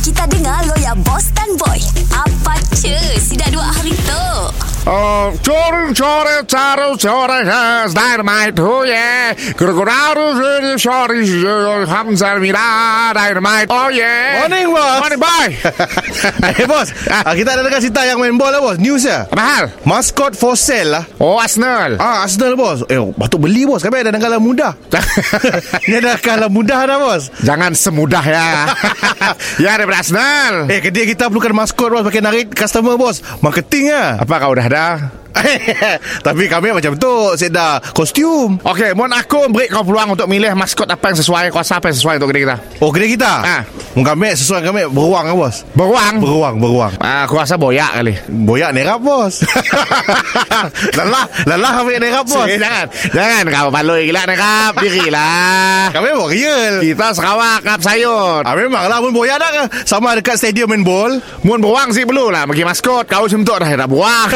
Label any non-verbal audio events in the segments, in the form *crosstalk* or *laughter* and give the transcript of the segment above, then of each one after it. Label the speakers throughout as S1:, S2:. S1: Kita dengar lo ya Boss dan Boy Apa cu Si dah dua hari tu
S2: Oh, chore, chore, charo, chore, has dynamite, oh yeah. Crocodile, really, chore, hamzar, mira, dynamite, oh yeah.
S3: Morning, boss.
S2: Morning, boy.
S3: *laughs* Eh bos ah, Kita ada dekat Sita yang main bola bos News ya
S2: Apa hal?
S3: Maskot for sale lah
S2: Oh, Arsenal.
S3: Ah Arsenal bos Eh patut beli bos Kami ada kalah mudah *laughs* Ini ada kalah mudah dah bos
S2: Jangan semudah *laughs* ya. ya, daripada Arsenal.
S3: Eh kedai kita perlukan maskot bos Pakai narik customer bos Marketing ya *laughs*
S2: Apa kau dah dah?
S3: Tapi kami macam tu Saya dah kostum
S2: Okey, mohon aku beri kau peluang untuk milih maskot apa yang sesuai, kuasa apa yang sesuai untuk kedai kita.
S3: Oh kedai kita
S2: Ah.
S3: ah. Kami sesuai kami Beruang lah bos
S2: Beruang.
S3: Beruang Beruang
S2: Ah, aku rasa boyak kali.
S3: Boyak nerap bos *laughs* Lelah Lelah kami nerap bos
S2: Eh, jangan. Jangan kau baloi gila nak lah. kap. Dirilah.
S3: Kami warrior
S2: Kita Sarawak kap sayur.
S3: Ah, memang lah pun boyak dah ke. Sama dekat stadium main bol.
S2: Mun beruang sih perlu lah Bagi maskot Kau sentuh dah Dah buang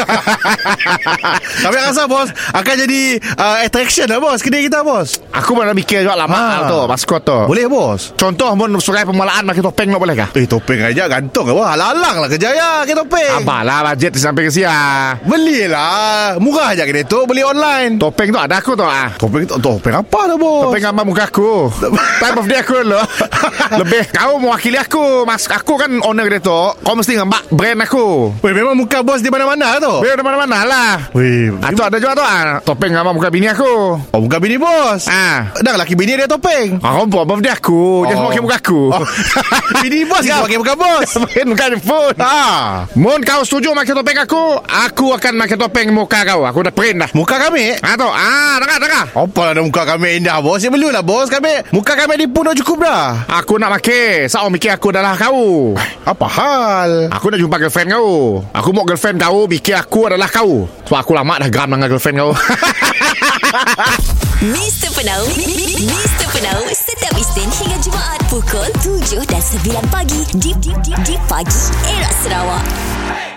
S3: *laughs* Tapi aku rasa bos akan jadi uh, attraction lah bos kedai kita bos.
S2: Aku pernah mikir juga lama ha.
S3: Ha.
S2: tu Maskot tu
S3: Boleh bos.
S2: Contoh mun Surai permulaan Makin topeng tak boleh kah?
S3: Eh topeng aja gantung ke bos. Halang-halang lah kerja ya ke topeng.
S2: Apalah bajet sampai ke sia
S3: Belilah. Murah aja kedai tu beli online.
S2: Topeng tu ada aku tu ah.
S3: Topeng tu- topeng apa tu bos?
S2: Topeng gambar muka aku Time of day aku dulu Lebih Kau mewakili aku Mas Aku kan owner dia tu Kau mesti ngembak brand aku
S3: Weh memang muka bos di mana-mana tu.
S2: Biar di mana-mana lah
S3: Weh.
S2: Atau ada juga tu ah. Topeng gambar muka bini aku
S3: Oh muka bini bos.
S2: Ah,
S3: Dah laki bini dia topeng.
S2: Aku buat apa dia Ah, aku Dia
S3: Oh.
S2: semua pakai muka aku *laughs*
S3: Oh. *laughs* bini bos dia pakai muka *laughs* bos.
S2: Makin muka di phone
S3: ah.
S2: Mun kau setuju pakai topeng aku Aku akan pakai topeng muka kau Aku dah print dah
S3: Muka kami
S2: Ha tu Ah, dengar dengar
S3: Apa lah dah muka kami indah bos Ya belulah bos kami Muka kami ni pun dah cukup dah
S2: Aku nak pakai Sao mikir aku adalah kau
S3: Apa hal
S2: Aku nak jumpa girlfriend kau Aku mau girlfriend kau Fikir aku adalah kau Sebab aku lama dah geram dengan girlfriend kau *laughs*
S1: Mr. Penau Mr. Penau Setiap Isnin hingga Jumaat Pukul 7 dan 9 pagi Di, di, di, di pagi Era Sarawak